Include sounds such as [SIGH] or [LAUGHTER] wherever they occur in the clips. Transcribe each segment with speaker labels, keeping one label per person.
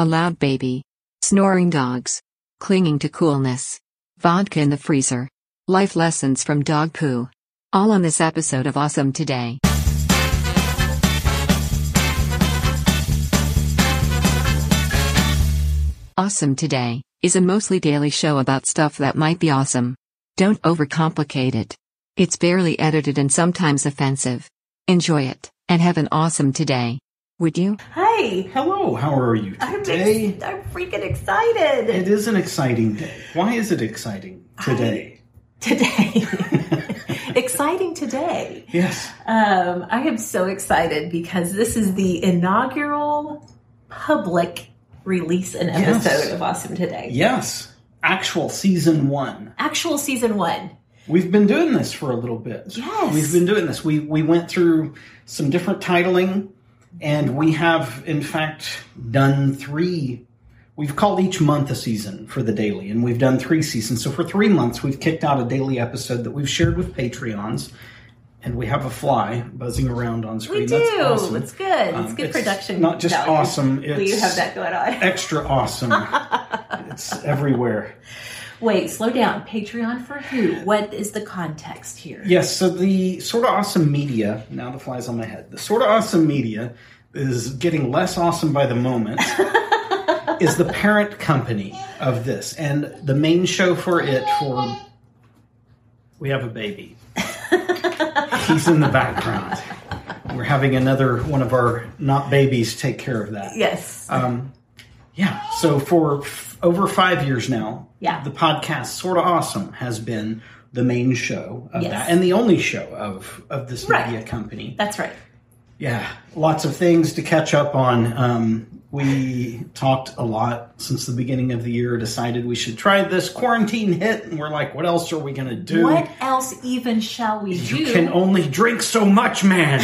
Speaker 1: A loud baby. Snoring dogs. Clinging to coolness. Vodka in the freezer. Life lessons from dog poo. All on this episode of Awesome Today. Awesome Today is a mostly daily show about stuff that might be awesome. Don't overcomplicate it. It's barely edited and sometimes offensive. Enjoy it and have an awesome today. Would you?
Speaker 2: Hey,
Speaker 3: Hello, how are you
Speaker 2: I'm, ex-
Speaker 3: today?
Speaker 2: I'm freaking excited
Speaker 3: it is an exciting day. Why is it exciting today?
Speaker 2: today.
Speaker 3: [LAUGHS]
Speaker 2: Exciting today.
Speaker 3: Yes.
Speaker 2: Um, I am so excited because this is the inaugural public release and
Speaker 3: Yes.
Speaker 2: episode of Awesome Today.
Speaker 3: Yes. Actual season one.
Speaker 2: Actual season one.
Speaker 3: We've been doing this for a little bit.
Speaker 2: Yes.
Speaker 3: We've been doing this. We we went through some different titling and we have in fact done three we've called each month a season for the daily and we've done three seasons. So for three months we've kicked out a daily episode that we've shared with Patreons and we have a fly buzzing around on screen.
Speaker 2: We
Speaker 3: That's
Speaker 2: do.
Speaker 3: awesome.
Speaker 2: It's good. it's
Speaker 3: Um,
Speaker 2: good
Speaker 3: it's
Speaker 2: production.
Speaker 3: Not just
Speaker 2: value.
Speaker 3: awesome. It's
Speaker 2: Well, you have that going
Speaker 3: [LAUGHS]
Speaker 2: on.
Speaker 3: extra awesome. it's everywhere.
Speaker 2: Wait, slow down. Patreon for who? What is the context here?
Speaker 3: Yes, so the sort of awesome media, now the flies on my head, the sort of awesome media is getting less awesome by the moment. is the parent company of this and the main show for it for we have a baby. He's in the background. We're having another one of our not babies take care of that.
Speaker 2: Yes.
Speaker 3: Um, Yeah. So for f- over five years now,
Speaker 2: Yeah.
Speaker 3: the podcast Sorta Awesome has been the main show of
Speaker 2: Yes.
Speaker 3: that and the only show of of this
Speaker 2: Right.
Speaker 3: media company.
Speaker 2: That's right.
Speaker 3: Yeah, lots of things to catch up on. Um, we talked a lot since the beginning of the year. Decided we should try this quarantine hit, and we're like, what else are we gonna do?
Speaker 2: What else even shall we do?
Speaker 3: You can only drink so
Speaker 2: [LAUGHS]
Speaker 3: much, man.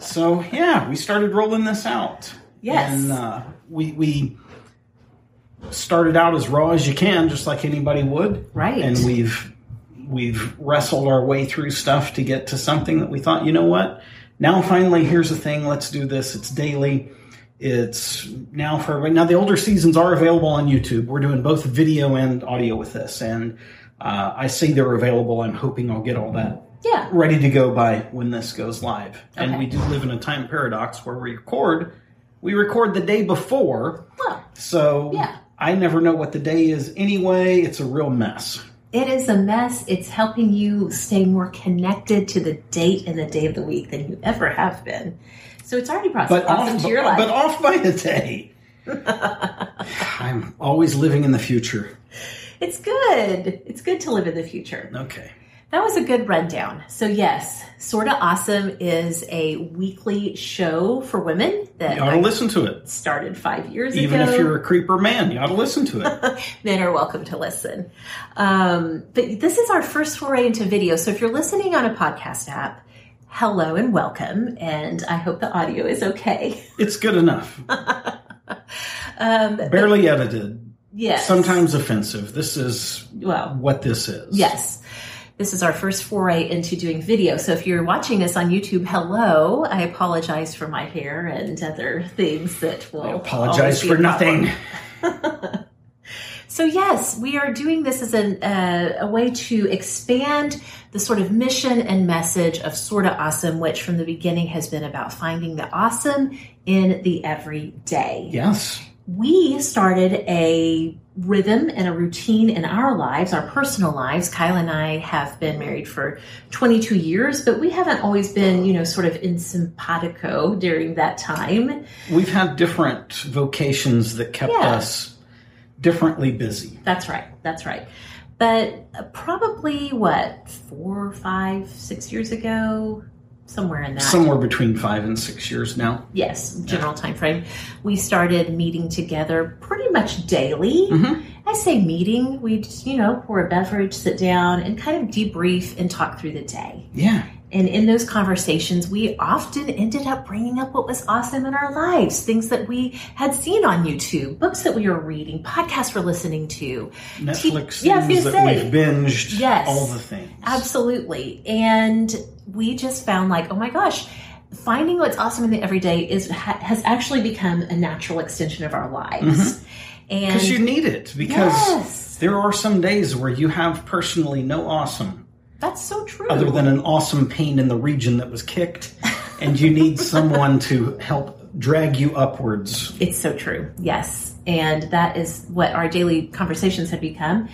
Speaker 3: so yeah, we started rolling this out.
Speaker 2: Yes.
Speaker 3: and uh, we we started out as raw as you can, just like anybody would.
Speaker 2: Right.
Speaker 3: and we've we've wrestled our way through stuff to get to something that we thought, you know what? Now finally, here's a thing. Let's do this. It's daily. It's now for everybody. Now the older seasons are available on YouTube. We're doing both video and audio with this, and uh, I say they're available. I'm hoping I'll get all that
Speaker 2: yeah.
Speaker 3: ready to go by when this goes live. And
Speaker 2: Okay.
Speaker 3: we do live in a time paradox where we record. We record the day before,
Speaker 2: Well,
Speaker 3: so
Speaker 2: Yeah.
Speaker 3: I never know what the day is anyway. It's a real mess.
Speaker 2: It is a mess. It's helping you stay more connected to the date and the day of the week than you ever have been. So it's already brought some
Speaker 3: but
Speaker 2: awesome
Speaker 3: off,
Speaker 2: to your life.
Speaker 3: but off by a day. [LAUGHS] I'm always living in the future.
Speaker 2: it's good. It's good to live in the future.
Speaker 3: Okay.
Speaker 2: That was a good rundown. So yes, Sorta Awesome is a weekly show for women that
Speaker 3: You ought to listen to it.
Speaker 2: started five years
Speaker 3: Even
Speaker 2: ago.
Speaker 3: if you're a creeper man, you ought to listen to
Speaker 2: [LAUGHS]
Speaker 3: it.
Speaker 2: men are welcome to listen. Um, but this is our first foray into video. So if you're listening on a podcast app, hello and welcome. And I hope the audio is okay. [LAUGHS]
Speaker 3: It's good enough.
Speaker 2: Um,
Speaker 3: Barely edited.
Speaker 2: yes.
Speaker 3: Sometimes offensive. This is
Speaker 2: Well,
Speaker 3: what this is.
Speaker 2: yes. This is our first foray into doing video. So if you're watching us on YouTube, hello. I apologize for my hair and other things that will.
Speaker 3: I
Speaker 2: always
Speaker 3: apologize
Speaker 2: be a
Speaker 3: for
Speaker 2: problem.
Speaker 3: nothing.
Speaker 2: [LAUGHS] So yes, we are doing this as an, uh, a way to expand the sort of mission and message of Sorta Awesome, which from the beginning has been about finding the awesome in the everyday.
Speaker 3: Yes.
Speaker 2: We started a rhythm and a routine in our lives, our personal lives. Kyle and I have been married for 22 years, but we haven't always been, you know, sort of in simpatico during that time.
Speaker 3: We've had different vocations that kept
Speaker 2: Yeah.
Speaker 3: us differently busy.
Speaker 2: That's right. That's right. But uh, probably what four, five, six years ago, somewhere in that.
Speaker 3: somewhere between five and six years now.
Speaker 2: yes, general time frame. We started meeting together pretty much daily.
Speaker 3: Mm-hmm.
Speaker 2: I say meeting. We just, you know pour a beverage, sit down, and kind of debrief and talk through the day.
Speaker 3: Yeah.
Speaker 2: And in those conversations, we often ended up bringing up what was awesome in our lives things that we had seen on YouTube, books that we were reading, podcasts we're listening to.
Speaker 3: Netflix
Speaker 2: Yeah, I was
Speaker 3: things that
Speaker 2: gonna say.
Speaker 3: we've binged.
Speaker 2: Yes.
Speaker 3: All the things.
Speaker 2: Absolutely. And we just found like, oh my gosh, finding what's awesome in the everyday is ha- has actually become a natural extension of our lives. And
Speaker 3: Because Mm-hmm. you need it. Because
Speaker 2: Yes.
Speaker 3: there are some days where you have personally no awesome
Speaker 2: that's so true.
Speaker 3: other than an awesome pain in the region that
Speaker 2: [LAUGHS]
Speaker 3: was kicked, and you need someone to help drag you upwards.
Speaker 2: It's so true. Yes. And that is what our daily conversations had become.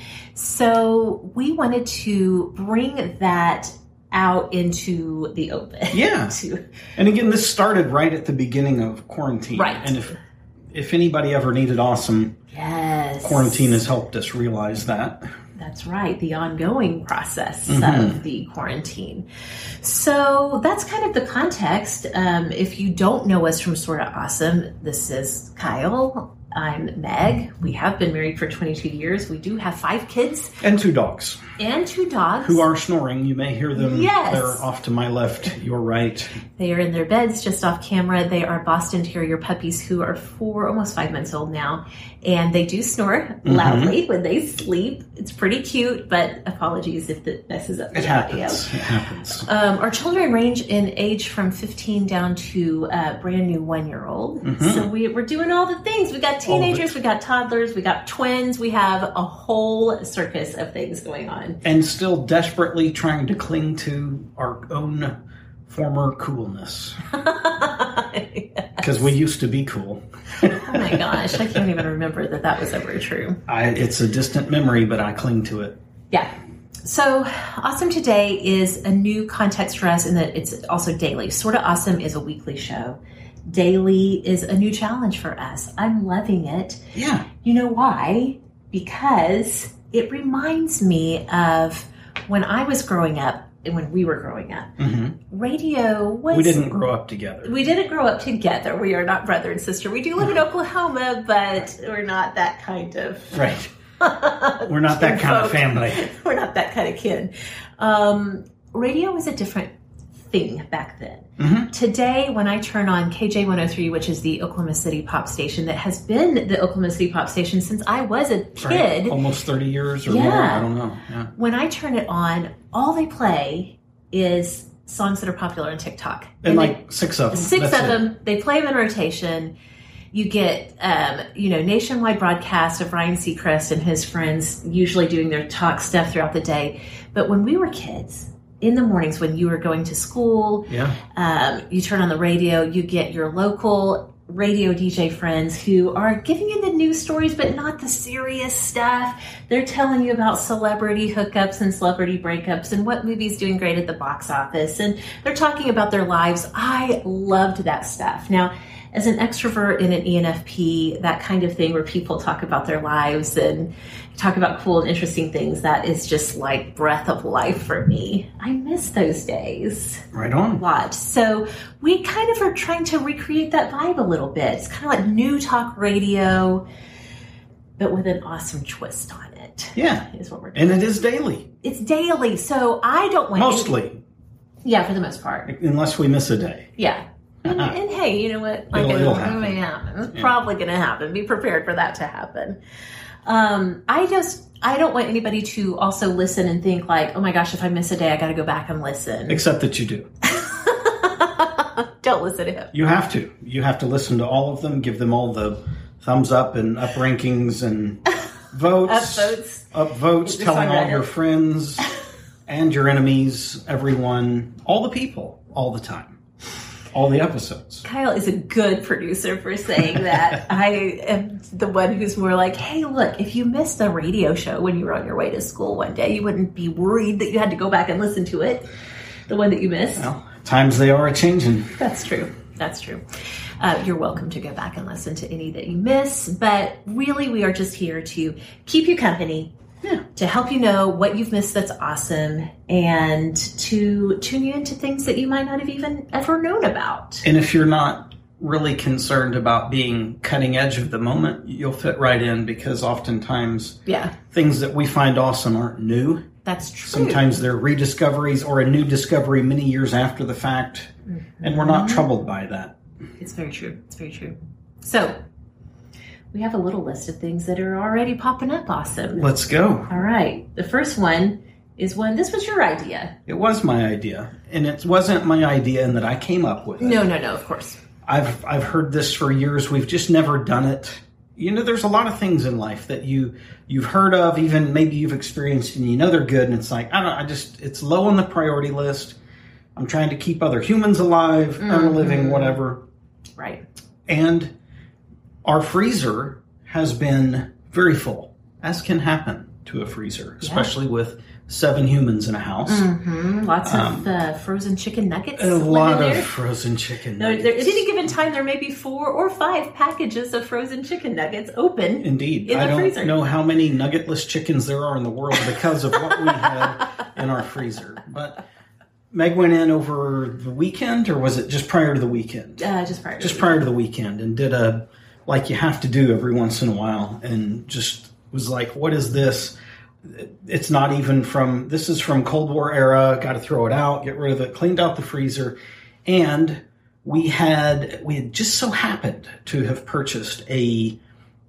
Speaker 2: So we wanted to bring that out into the open.
Speaker 3: Yeah.
Speaker 2: [LAUGHS] to,
Speaker 3: And again, this started right at the beginning of quarantine.
Speaker 2: Right.
Speaker 3: And if if anybody ever needed awesome,
Speaker 2: yes.
Speaker 3: quarantine has helped us realize that.
Speaker 2: That's right, the ongoing process
Speaker 3: Mm-hmm.
Speaker 2: of the quarantine. So that's kind of the context. Um, if you don't know us from Sorta Awesome, this is Kyle. I'm Meg. We have been married for 22 years. We do have five kids
Speaker 3: And two dogs
Speaker 2: and two dogs.
Speaker 3: who are snoring. You may hear them.
Speaker 2: Yes.
Speaker 3: They're off to my left, your right.
Speaker 2: They are in their beds just off camera. They are Boston Terrier puppies who are four, almost five months old now. And they do snore
Speaker 3: Mm-hmm.
Speaker 2: loudly when they sleep. It's pretty cute, but apologies if it messes up the
Speaker 3: It
Speaker 2: audio.
Speaker 3: happens. It happens.
Speaker 2: Um, our children range in age from 15 down to uh, brand new one year old. So we, we're doing all the things. We got
Speaker 3: Mm-hmm. All of it.
Speaker 2: teenagers, we got toddlers, we got twins, we have a whole circus of things going on. [LAUGHS]
Speaker 3: and still desperately trying to cling to our own former coolness because we used to be cool.
Speaker 2: Oh my gosh, I can't even remember that that was ever true.
Speaker 3: I, it's a distant memory, but I cling to it.
Speaker 2: Yeah. So, Awesome Today is a new context for us in that it's also daily. Sort of Awesome is a weekly show. Daily is a new challenge for us. I'm loving it.
Speaker 3: Yeah,
Speaker 2: You know why? Because it reminds me of when I was growing up and when we were growing up.
Speaker 3: Mhm.
Speaker 2: Radio was.
Speaker 3: we didn't grow up together.
Speaker 2: We didn't grow up together. We are not brother and sister. We do live in Oklahoma, but we're not that kind of
Speaker 3: Right. We're not that
Speaker 2: [LAUGHS]
Speaker 3: kind of family.
Speaker 2: we're not that kind of kid. Um, radio was a different thing back then.
Speaker 3: Mm-hmm.
Speaker 2: Today, when I turn on KJ103, which is the Oklahoma City pop station that has been the Oklahoma City pop station since I was a
Speaker 3: Right?
Speaker 2: kid,
Speaker 3: Almost 30 years or
Speaker 2: Yeah.
Speaker 3: more. I don't know. Yeah.
Speaker 2: when I turn it on, all they play is songs that are popular on TikTok.
Speaker 3: And
Speaker 2: they-
Speaker 3: like six of them.
Speaker 2: six
Speaker 3: That's
Speaker 2: of
Speaker 3: it.
Speaker 2: them. They play them in rotation. You get, um, you know, nationwide broadcast of Ryan Seacrest and his friends, usually doing their talk stuff throughout the day. But when we were kids, in the mornings when you were going to school,
Speaker 3: Yeah.
Speaker 2: um, you turn on the radio, you get your local radio DJ friends who are giving you the news stories, but not the serious stuff. They're telling you about celebrity hookups and celebrity breakups and what movie's doing great at the box office. And they're talking about their lives. I loved that stuff. Now, as an extrovert in an E ENFP, that kind of thing where people talk about their lives and talk about cool and interesting things, that is just like breath of life for me. I miss those days
Speaker 3: Right on.
Speaker 2: lot. So we kind of are trying to recreate that vibe a little bit. It's kind of like new talk radio, but with an awesome twist on it.
Speaker 3: Yeah.
Speaker 2: Is what we're doing.
Speaker 3: And it is daily,
Speaker 2: It's daily, so I don't want
Speaker 3: mostly,
Speaker 2: Yeah, for the most part.
Speaker 3: unless we miss a day.
Speaker 2: Yeah. And, and hey, you know what? Like,
Speaker 3: Uh-huh. It'll- it'll
Speaker 2: it
Speaker 3: happen.
Speaker 2: may happen. It's probably going to happen. Be prepared for that to happen. Um, I just I don't want anybody to also listen and think like, oh my gosh, if I miss a day, I got to go back and listen.
Speaker 3: Except that you do.
Speaker 2: [LAUGHS] don't listen to him.
Speaker 3: You have to. You have to listen to all of them, give them all the thumbs up and up
Speaker 2: [LAUGHS]
Speaker 3: rankings and votes.
Speaker 2: Upvotes.
Speaker 3: Upvotes,
Speaker 2: Just
Speaker 3: telling
Speaker 2: on
Speaker 3: all
Speaker 2: Reddit.
Speaker 3: your
Speaker 2: [LAUGHS]
Speaker 3: friends and your enemies, everyone, all the people, all the time. All the episodes.
Speaker 2: Kyle is a good producer for saying
Speaker 3: [LAUGHS]
Speaker 2: that. I am the one who's more like, hey, look, if you missed a radio show when you were on your way to school one day, you wouldn't be worried that you had to go back and listen to it, the one that you missed.
Speaker 3: Well, times they are a changing.
Speaker 2: That's true. That's true. Uh, you're welcome to go back and listen to any that you miss, but really, we are just here to keep you company,
Speaker 3: Yeah.
Speaker 2: to help you know what you've missed that's awesome and to tune you into things that you might not have even ever known about.
Speaker 3: And if you're not really concerned about being cutting edge of the moment, you'll fit right in because oftentimes
Speaker 2: Yeah,
Speaker 3: things that we find awesome aren't new.
Speaker 2: that's true.
Speaker 3: Sometimes they're rediscoveries or a new discovery many years after the fact, and we're not troubled by that.
Speaker 2: It's very true. It's very true. So, we have a little list of things that are already popping up awesome.
Speaker 3: Let's go.
Speaker 2: All right. The first one is one, this was your idea.
Speaker 3: It was my idea, and it wasn't my idea in that I came up with it.
Speaker 2: No, no, no, of course.
Speaker 3: I've I've heard this for years. We've just never done it. You know, there's a lot of things in life that you you've heard of, even maybe you've experienced, and you know they're good. And it's like I don't. I just it's low on the priority list. I'm trying to keep other humans alive, earn a living, whatever.
Speaker 2: Right.
Speaker 3: And our freezer has been very full, as can happen to a freezer, especially with seven humans in a house.
Speaker 2: Mm, lots of uh, frozen chicken nuggets.
Speaker 3: Um, A
Speaker 2: living
Speaker 3: lot of
Speaker 2: there.
Speaker 3: frozen chicken.
Speaker 2: No, there, at
Speaker 3: nuggets.
Speaker 2: any given time, there may be four or five packages of frozen chicken nuggets open.
Speaker 3: Indeed.
Speaker 2: in
Speaker 3: I
Speaker 2: the
Speaker 3: don't
Speaker 2: freezer.
Speaker 3: know how many nuggetless chickens there are in the world because of what we had in our freezer. But Meg went in over the weekend, or was it just prior to the weekend?
Speaker 2: uh, just prior. To
Speaker 3: Just
Speaker 2: the-
Speaker 3: prior to the weekend, and did a like you have to do every once in a while, and just was like, what is this? It's not even from this is from Cold War era. Got to throw it out, get rid of it. Cleaned out the freezer, and we had we had just so happened to have purchased a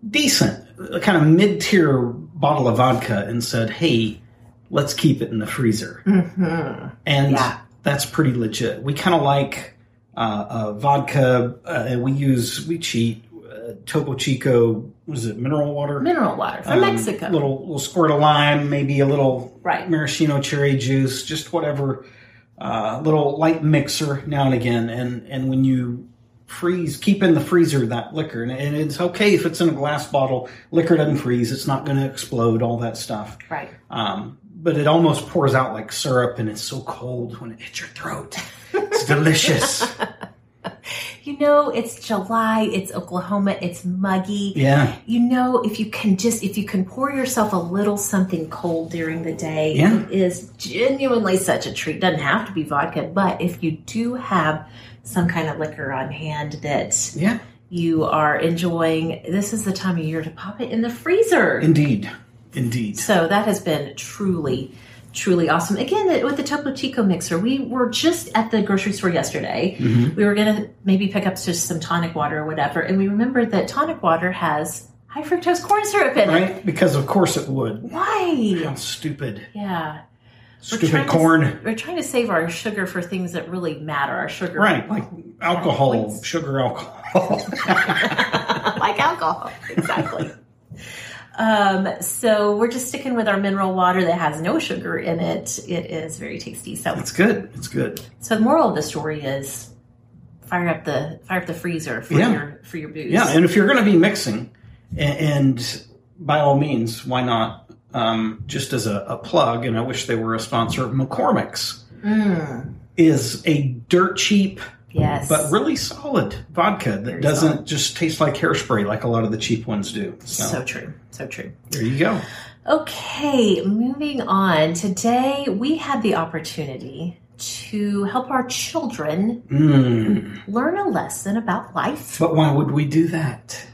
Speaker 3: decent, a kind of mid tier bottle of vodka and said, hey, let's keep it in the freezer.
Speaker 2: Mm-hmm.
Speaker 3: And
Speaker 2: Yeah.
Speaker 3: that's pretty legit. We kind of like uh, uh, vodka, uh, and we use, we cheat. Uh, Topo Chico, was it mineral water?
Speaker 2: mineral water from
Speaker 3: Um,
Speaker 2: Mexico.
Speaker 3: Little, little squirt of lime, maybe a little
Speaker 2: Right.
Speaker 3: maraschino cherry juice, just whatever. Uh, little light mixer now and again, and and when you freeze, keep in the freezer that liquor, and, and it's okay if it's in a glass bottle. Liquor doesn't freeze; it's not going to explode. All that stuff.
Speaker 2: right.
Speaker 3: Um, but it almost pours out like syrup, and it's so cold when it hits your throat.
Speaker 2: [LAUGHS]
Speaker 3: It's delicious.
Speaker 2: You know, it's July. It's Oklahoma. It's muggy.
Speaker 3: yeah,
Speaker 2: You know, if you can just if you can pour yourself a little something cold during the day,
Speaker 3: Yeah.
Speaker 2: it is genuinely such a treat. Doesn't have to be vodka, but if you do have some kind of liquor on hand that
Speaker 3: yeah,
Speaker 2: you are enjoying, this is the time of year to pop it in the freezer.
Speaker 3: indeed, indeed.
Speaker 2: So that has been truly, truly awesome. Again, the- with the Topo Chico mixer, we were just at the grocery store yesterday. We were going to maybe pick up just some tonic water or whatever, and we remembered that tonic water has high fructose corn syrup in it.
Speaker 3: Right? Because of course it would. How
Speaker 2: Why?
Speaker 3: stupid,
Speaker 2: Yeah. We're trying
Speaker 3: stupid
Speaker 2: to-
Speaker 3: corn.
Speaker 2: we're trying to save our sugar for things that really matter. Our sugar,
Speaker 3: Right, like alcohol,
Speaker 2: Points.
Speaker 3: sugar alcohol.
Speaker 2: [LAUGHS]
Speaker 3: [LAUGHS]
Speaker 2: like alcohol, exactly. um, so we're just sticking with our mineral water that has no sugar in it. It is very tasty. So
Speaker 3: it's good. It's good.
Speaker 2: So the moral of the story is fire up the fire up the freezer for
Speaker 3: Yeah.
Speaker 2: your for your booze.
Speaker 3: Yeah, and if you're going to be mixing, a- and by all means, why not? Um, just as a, a plug, and I wish they were a sponsor. McCormick's
Speaker 2: Mm,
Speaker 3: is a dirt cheap
Speaker 2: yes.
Speaker 3: but really solid vodka that
Speaker 2: Very
Speaker 3: doesn't
Speaker 2: solid.
Speaker 3: just taste like hairspray like a lot of the cheap ones do. So,
Speaker 2: so true. So true.
Speaker 3: there you go.
Speaker 2: Okay, moving on. Today we had the opportunity to help our children
Speaker 3: Mm.
Speaker 2: learn a lesson about life.
Speaker 3: But why would we do that?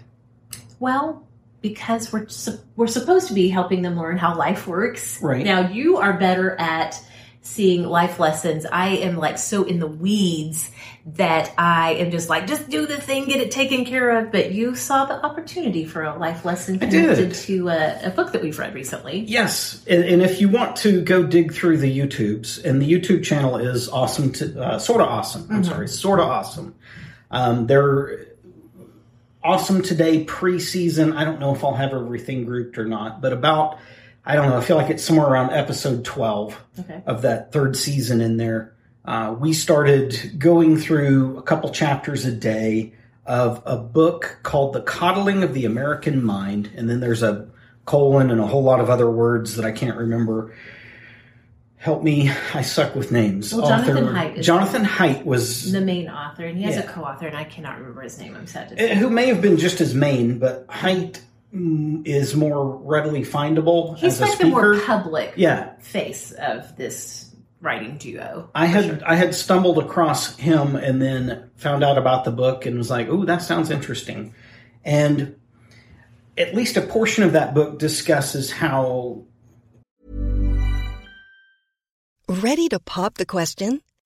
Speaker 2: Well, because we're su- we're supposed to be helping them learn how life works.
Speaker 3: Right.
Speaker 2: Now you are better at seeing life lessons. I am like so in the weeds that I am just like just do the thing, get it taken care of. But you saw the opportunity for a life lesson
Speaker 3: I did.
Speaker 2: connected to a, a book that we've read recently.
Speaker 3: Yes, and, and if you want to go dig through the YouTubes, and the YouTube channel is awesome to uh, sort of awesome. I'm
Speaker 2: Mm-hmm.
Speaker 3: sorry, sort of awesome. Um, they're awesome today preseason. I don't know if I'll have everything grouped or not, but about I don't know. I feel like it's somewhere around episode twelve
Speaker 2: Okay.
Speaker 3: of that third season in there. Uh, we started going through a couple chapters a day of a book called The Coddling of the American Mind. And then there's a colon and a whole lot of other words that I can't remember. Help me, I suck with names.
Speaker 2: Well, Jonathan Haidt is-
Speaker 3: Jonathan Haidt was
Speaker 2: The main author, and he has a
Speaker 3: Yeah.
Speaker 2: co-author, and I cannot remember his name. I'm sad to
Speaker 3: eh,
Speaker 2: say.
Speaker 3: who may have been just as main, but Haidt mm, is more readily findable
Speaker 2: He's
Speaker 3: as a
Speaker 2: like the
Speaker 3: speaker.
Speaker 2: more public
Speaker 3: yeah,
Speaker 2: face of this writing duo.
Speaker 3: I had I had stumbled across him and then found out about the book and was like, "Ooh, that sounds interesting." And at least a portion of that book discusses how
Speaker 4: Ready to pop the question?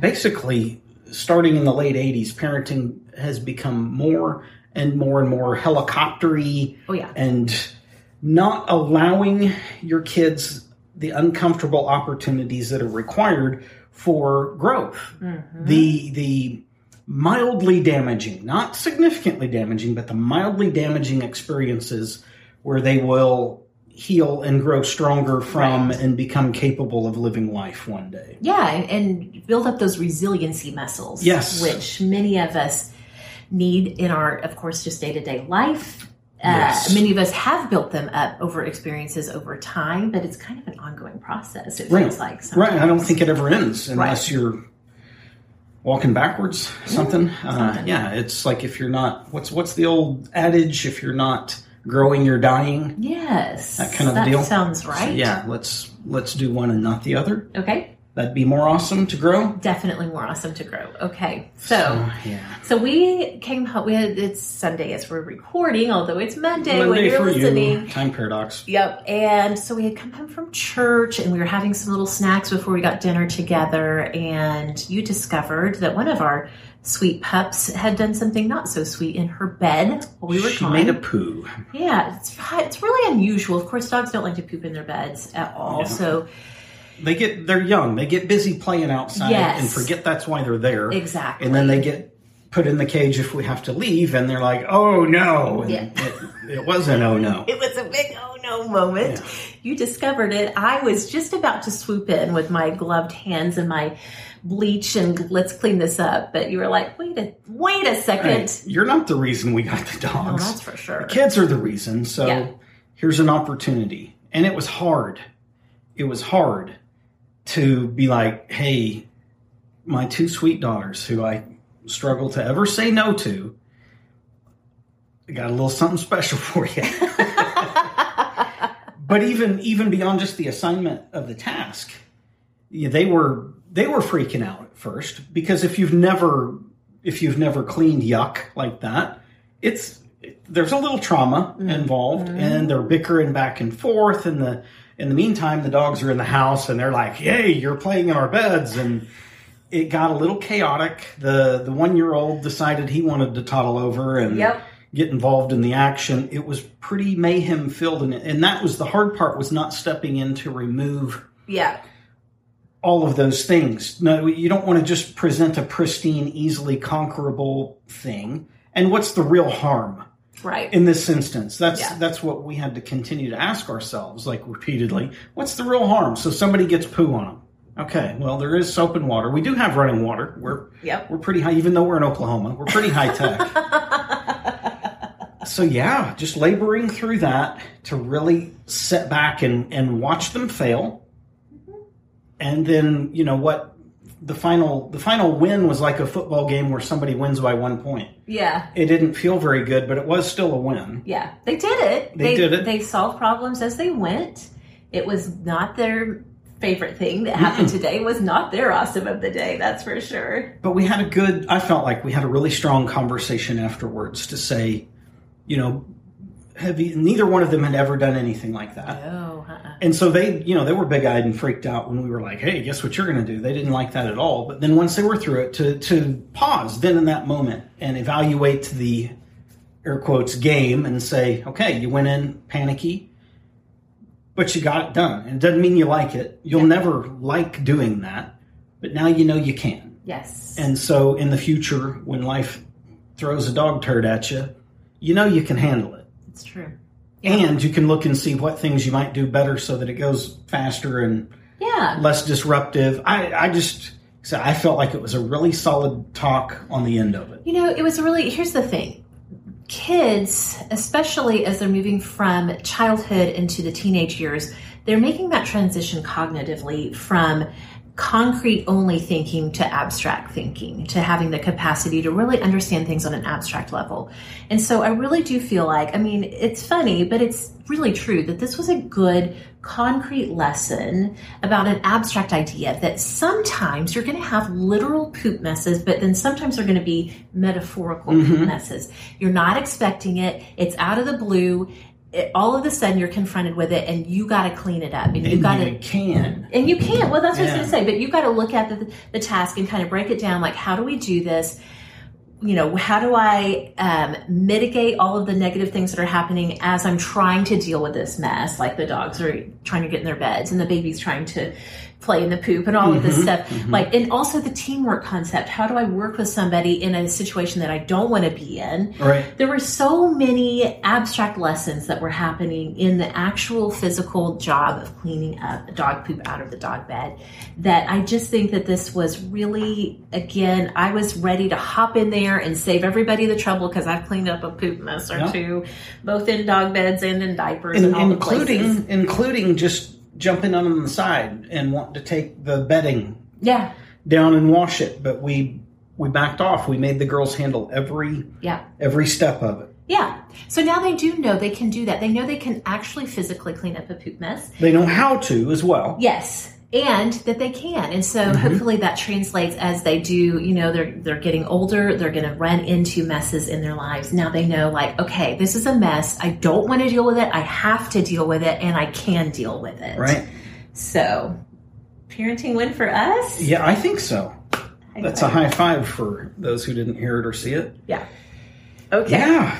Speaker 3: basically starting in the late 80s parenting has become more and more and more helicoptery
Speaker 2: Oh, yeah.
Speaker 3: and not allowing your kids the uncomfortable opportunities that are required for growth
Speaker 2: Mm-hmm.
Speaker 3: the the mildly damaging not significantly damaging but the mildly damaging experiences where they will heal and grow stronger from and become capable of living life one day
Speaker 2: Yeah, and, and build up those resiliency muscles.
Speaker 3: Yes.
Speaker 2: Which many of us need in our, of course, just day to day life. Uh,
Speaker 3: Yes.
Speaker 2: Many of us have built them up over experiences over time, but it's kind of an ongoing process. It
Speaker 3: Right.
Speaker 2: feels like sometimes.
Speaker 3: Right. I don't think it ever ends unless
Speaker 2: Right.
Speaker 3: you're walking backwards. Something. Uh, yeah. It's like if you're not. What's what's the old adage? If you're not growing, you're dying.
Speaker 2: Yes,
Speaker 3: That kind of deal.
Speaker 2: sounds right.
Speaker 3: Yeah. Let's let's do one and not the other.
Speaker 2: Okay.
Speaker 3: That'd be more awesome to grow.
Speaker 2: Definitely more awesome to grow. Okay. So.
Speaker 3: Oh, yeah.
Speaker 2: So we came home. We had, it's Sunday as we're recording, although it's Monday, when
Speaker 3: Monday
Speaker 2: you're
Speaker 3: for
Speaker 2: listening.
Speaker 3: you. Time paradox.
Speaker 2: Yep. And so we had come home from church and we were having some little snacks before we got dinner together. And you discovered that one of our sweet pups had done something not so sweet in her bed while we were
Speaker 3: she
Speaker 2: gone.
Speaker 3: made a poo.
Speaker 2: yeah, it's, it's really unusual. Of course, dogs don't like to poop in their beds at all.
Speaker 3: Yeah.
Speaker 2: So,
Speaker 3: They get they're young. They get busy playing outside
Speaker 2: Yes.
Speaker 3: and forget that's why they're there.
Speaker 2: exactly.
Speaker 3: And then they get put in the cage if we have to leave, and they're like, "Oh no!" And
Speaker 2: Yeah.
Speaker 3: it, it was an "oh no."
Speaker 2: it was a big oh no moment. You discovered it. I was just about to swoop in with my gloved hands and my bleach and let's clean this up. But you were like, wait a wait a second.
Speaker 3: Right. You're not the reason we got the
Speaker 2: Oh,
Speaker 3: dogs.
Speaker 2: that's for sure.
Speaker 3: Kids are the reason. So
Speaker 2: Yeah.
Speaker 3: here's an opportunity. And it was hard. It was hard to be like, hey, my two sweet daughters who I struggle to ever say no to, I got a little something special [LAUGHS] for you. but even even beyond just the assignment of the task, yeah, they were they were freaking out at first because if you've never if you've never cleaned yuck like that, it's there's a little trauma involved, and they're bickering back and forth. And the in the meantime, the dogs are in the house, and they're like, "Hey, you're playing in our beds," and it got a little chaotic. the The one year old decided he wanted to toddle over and
Speaker 2: Yep.
Speaker 3: get involved in the action. It was pretty mayhem filled, and and that was the hard part was not stepping in to remove
Speaker 2: Yeah.
Speaker 3: all of those things. No, you don't want to just present a pristine, easily conquerable thing. And what's the real harm
Speaker 2: Right.
Speaker 3: in this instance? That's
Speaker 2: Yeah.
Speaker 3: that's what we had to continue to ask ourselves, like repeatedly. What's the real harm? So somebody gets poo on them. Okay, well there is soap and water. We do have running water. We're
Speaker 2: Yep.
Speaker 3: we're pretty high, even though we're in Oklahoma. We're pretty high tech. so yeah, just laboring through that to really sit back and and watch them fail, and then you know what the final the final win was like a football game where somebody wins by one point.
Speaker 2: Yeah.
Speaker 3: It didn't feel very good, but it was still a win.
Speaker 2: Yeah. They did it.
Speaker 3: They did it.
Speaker 2: They solved problems as they went. It was not their favorite thing that [CLEARS THROAT] happened today. It was not their awesome of the day. That's for sure.
Speaker 3: But we had a good. I felt like we had a really strong conversation afterwards to say, you know, have you, neither one of them had ever done anything like that.
Speaker 2: Oh. Uh-uh.
Speaker 3: And so they, you know, they were big eyed and freaked out when we were like, "Hey, guess what you're going to do?" They didn't like that at all. But then once they were through it, to to pause then in that moment and evaluate the air quotes game and say, "Okay, you went in panicky, but you got it done." And it doesn't mean you like it. You'll never like doing that, but now you know you can.
Speaker 2: Yes.
Speaker 3: And so in the future, when life throws a dog turd at you, you know you can handle it.
Speaker 2: It's true.
Speaker 3: And you can look and see what things you might do better so that it goes faster and
Speaker 2: Yeah.
Speaker 3: less disruptive. I, I just, so I felt like it was a really solid talk on the end of it.
Speaker 2: You know, it was really, here's the thing kids, especially as they're moving from childhood into the teenage years, they're making that transition cognitively from concrete only thinking to abstract thinking, to having the capacity to really understand things on an abstract level. And so I really do feel like, I mean, it's funny, but it's really true that this was a good concrete lesson about an abstract idea that sometimes you're going to have literal poop messes, but then sometimes they're going to be metaphorical poop messes. You're not expecting it. It's out of the blue. It, all of a sudden you're confronted with it and you got to clean it up and you
Speaker 3: And
Speaker 2: got to
Speaker 3: you can.
Speaker 2: and you can't. Well, that's what I
Speaker 3: Yeah.
Speaker 2: was going to say. But you've got to look at the, the task and kind of break it down. Like, how do we do this? You know, how do I um, mitigate all of the negative things that are happening as I'm trying to deal with this mess? Like the dogs are trying to get in their beds and the baby's trying to play in the poop and all of this stuff. Like, and also the teamwork concept. How do I work with somebody in a situation that I don't want to be in?
Speaker 3: Right.
Speaker 2: There were so many abstract lessons that were happening in the actual physical job of cleaning up dog poop out of the dog bed that I just think that this was really, again, I was ready to hop in there and save everybody the trouble because I've cleaned up a poop mess or
Speaker 3: Yeah.
Speaker 2: two, both in dog beds and in diapers and,
Speaker 3: In,
Speaker 2: all the places.
Speaker 3: including, including just jumping on the side and wanting to take the bedding
Speaker 2: Yeah,
Speaker 3: down and wash it, but we we backed off. We made the girls handle every
Speaker 2: yeah.
Speaker 3: every step of it.
Speaker 2: Yeah. So now they do know they can do that. They know they can actually physically clean up a poop mess.
Speaker 3: They know how to as well.
Speaker 2: Yes, and that they can. And
Speaker 3: Mm-hmm.
Speaker 2: so hopefully that translates as they do, you know, they're they're getting older, they're going to run into messes in their lives. Now they know like, okay, this is a mess. I don't want to deal with it. I have to deal with it and I can deal with it.
Speaker 3: Right?
Speaker 2: So, parenting win for us?
Speaker 3: Yeah, I think so. That's a high five for those who didn't hear it or see it.
Speaker 2: Yeah. Okay.
Speaker 3: Yeah,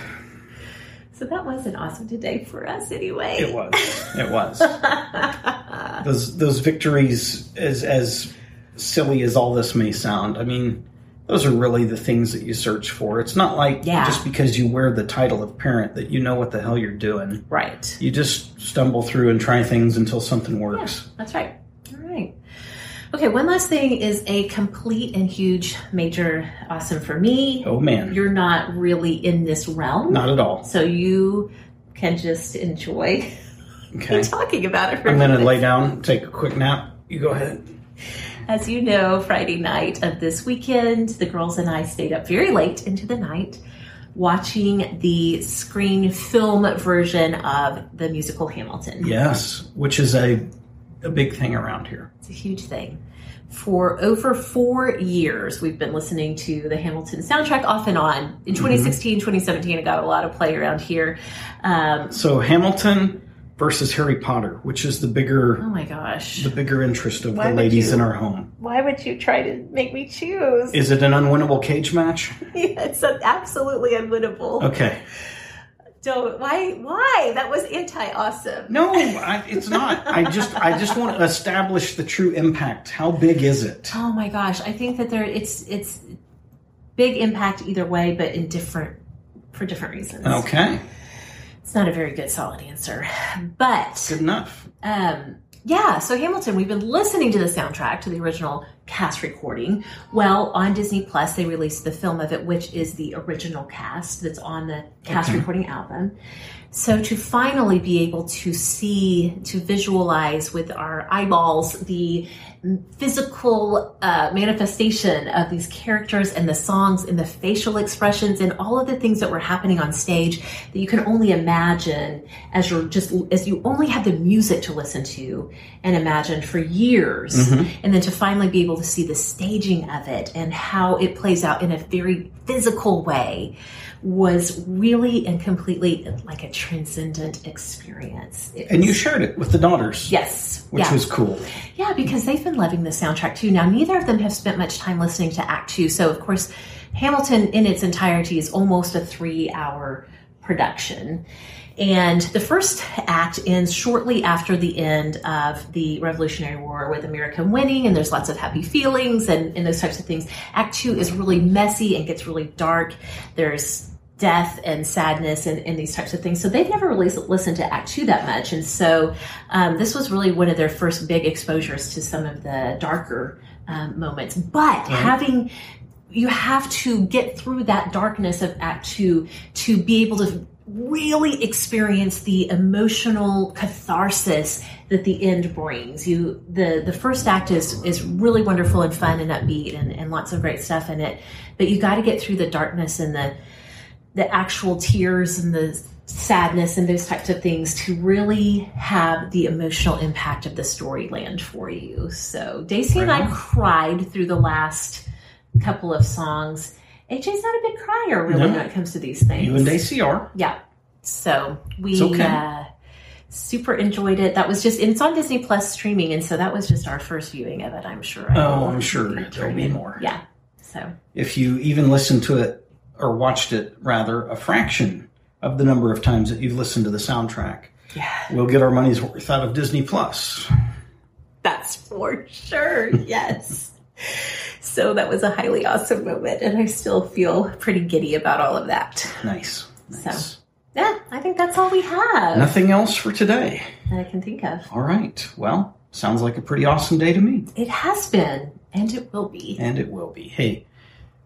Speaker 2: So that was an awesome today for us anyway.
Speaker 3: it was.
Speaker 2: [LAUGHS]
Speaker 3: It was. those those victories as as silly as all this may sound. I mean, those are really the things that you search for. It's not like
Speaker 2: Yeah.
Speaker 3: just because you wear the title of parent that you know what the hell you're doing.
Speaker 2: Right.
Speaker 3: You just stumble through and try things until something works.
Speaker 2: That's right. All right. Okay, one last thing is a complete and huge major awesome for me.
Speaker 3: Oh man,
Speaker 2: You're not really in this realm,
Speaker 3: not at all.
Speaker 2: so you can just enjoy [LAUGHS]
Speaker 3: Okay,
Speaker 2: talking about it for
Speaker 3: I'm gonna
Speaker 2: minutes.
Speaker 3: lay down, take a quick nap. You go ahead.
Speaker 2: As you know, Friday night of this weekend, the girls and I stayed up very late into the night watching the screen film version of the musical Hamilton.
Speaker 3: Yes, which is a a big thing around here.
Speaker 2: It's a huge thing. For over four years, we've been listening to the Hamilton soundtrack off and on.
Speaker 3: Mm-hmm.
Speaker 2: In 2016, 2017, it got a lot of play around here. Um,
Speaker 3: So Hamilton versus Harry Potter, which is the
Speaker 2: oh
Speaker 3: bigger
Speaker 2: my gosh.
Speaker 3: the bigger interest of
Speaker 2: Why
Speaker 3: the
Speaker 2: would
Speaker 3: ladies
Speaker 2: you-
Speaker 3: in our home.
Speaker 2: Why would you try to make me choose?
Speaker 3: Is it an unwinnable cage match?
Speaker 2: [LAUGHS] it's absolutely unwinnable.
Speaker 3: Okay.
Speaker 2: Don't, why? Why? That was anti awesome.
Speaker 3: No, [LAUGHS] I, it's not. I just I just want to establish the true impact. How big is it?
Speaker 2: Oh my gosh. I think that there it's it's big impact either way, but in different for different reasons.
Speaker 3: Okay.
Speaker 2: It's not a very good solid answer. But
Speaker 3: Good enough.
Speaker 2: um, yeah, so Hamilton, we've been listening to the soundtrack to the original cast recording. Well, on Disney Plus, they released the film of it, which is the original cast that's on the cast recording album. So to finally be able to see, to visualize with our eyeballs the physical uh, manifestation of these characters and the songs and the facial expressions and all of the things that were happening on stage that you can only imagine as you're just as you only have the music to listen to and imagine for years
Speaker 3: Mm-hmm.
Speaker 2: and then to finally be able to see the staging of it and how it plays out in a very physical way was really and completely like a transcendent experience It
Speaker 3: And you
Speaker 2: was-
Speaker 3: shared it with the daughters.
Speaker 2: yes
Speaker 3: Which
Speaker 2: yeah.
Speaker 3: was cool.
Speaker 2: Yeah, because they've been loving the soundtrack too. Now, neither of them have spent much time listening to Act Two. So, of course, Hamilton in its entirety is almost a three hour production. And the first act ends shortly after the end of the Revolutionary War with America winning, and there's lots of happy feelings and, and those types of things. Act Two is really messy and gets really dark. There's death and sadness and, and these types of things. So they've never really listened to Act Two that much. And so um, this was really one of their first big exposures to some of the darker um, moments. But having you have to get through that darkness of Act Two to be able to really experience the emotional catharsis that the end brings you the the first act is is really wonderful and fun and upbeat and, and lots of great stuff in it but you got to get through the darkness and the the actual tears and the sadness and those types of things to really have the emotional impact of the story land for you. So Daisy and I cried through the last couple of songs. AJ's not a big crier really
Speaker 3: No.
Speaker 2: when it comes to these things.
Speaker 3: You and ACR.
Speaker 2: Yeah. So we
Speaker 3: It's okay.
Speaker 2: uh, super enjoyed it. That was just and it's on Disney Plus streaming and so that was just our first viewing of it, I'm sure. I
Speaker 3: Oh,
Speaker 2: will
Speaker 3: I'm sure
Speaker 2: keep
Speaker 3: there'll be
Speaker 2: turning.
Speaker 3: more.
Speaker 2: Yeah. So
Speaker 3: If you even listened to it or watched it, rather, a fraction of the number of times that you've listened to the soundtrack,
Speaker 2: yeah.
Speaker 3: we'll get our money's worth out of Disney Plus.
Speaker 2: That's for sure. Yes. so that was a highly awesome moment, and I still feel pretty giddy about all of that.
Speaker 3: Nice. Nice.
Speaker 2: Yeah, I think that's all we have
Speaker 3: Nothing else for today.
Speaker 2: that I can think of.
Speaker 3: All right. Well, sounds like a pretty awesome day to me.
Speaker 2: It has been, and it will be.
Speaker 3: And it will be. Hey,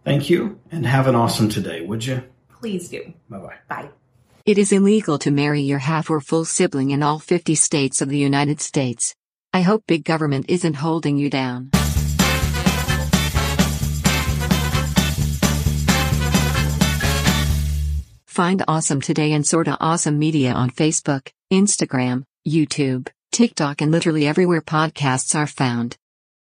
Speaker 3: thank you and have an awesome today, would you?
Speaker 2: Please do.
Speaker 3: Bye bye.
Speaker 2: Bye.
Speaker 1: It is illegal to marry your half or full sibling in all 50 states of the United States. I hope big government isn't holding you down. Find Awesome Today and Sorta Awesome Media on Facebook, Instagram, YouTube, TikTok, and literally everywhere podcasts are found.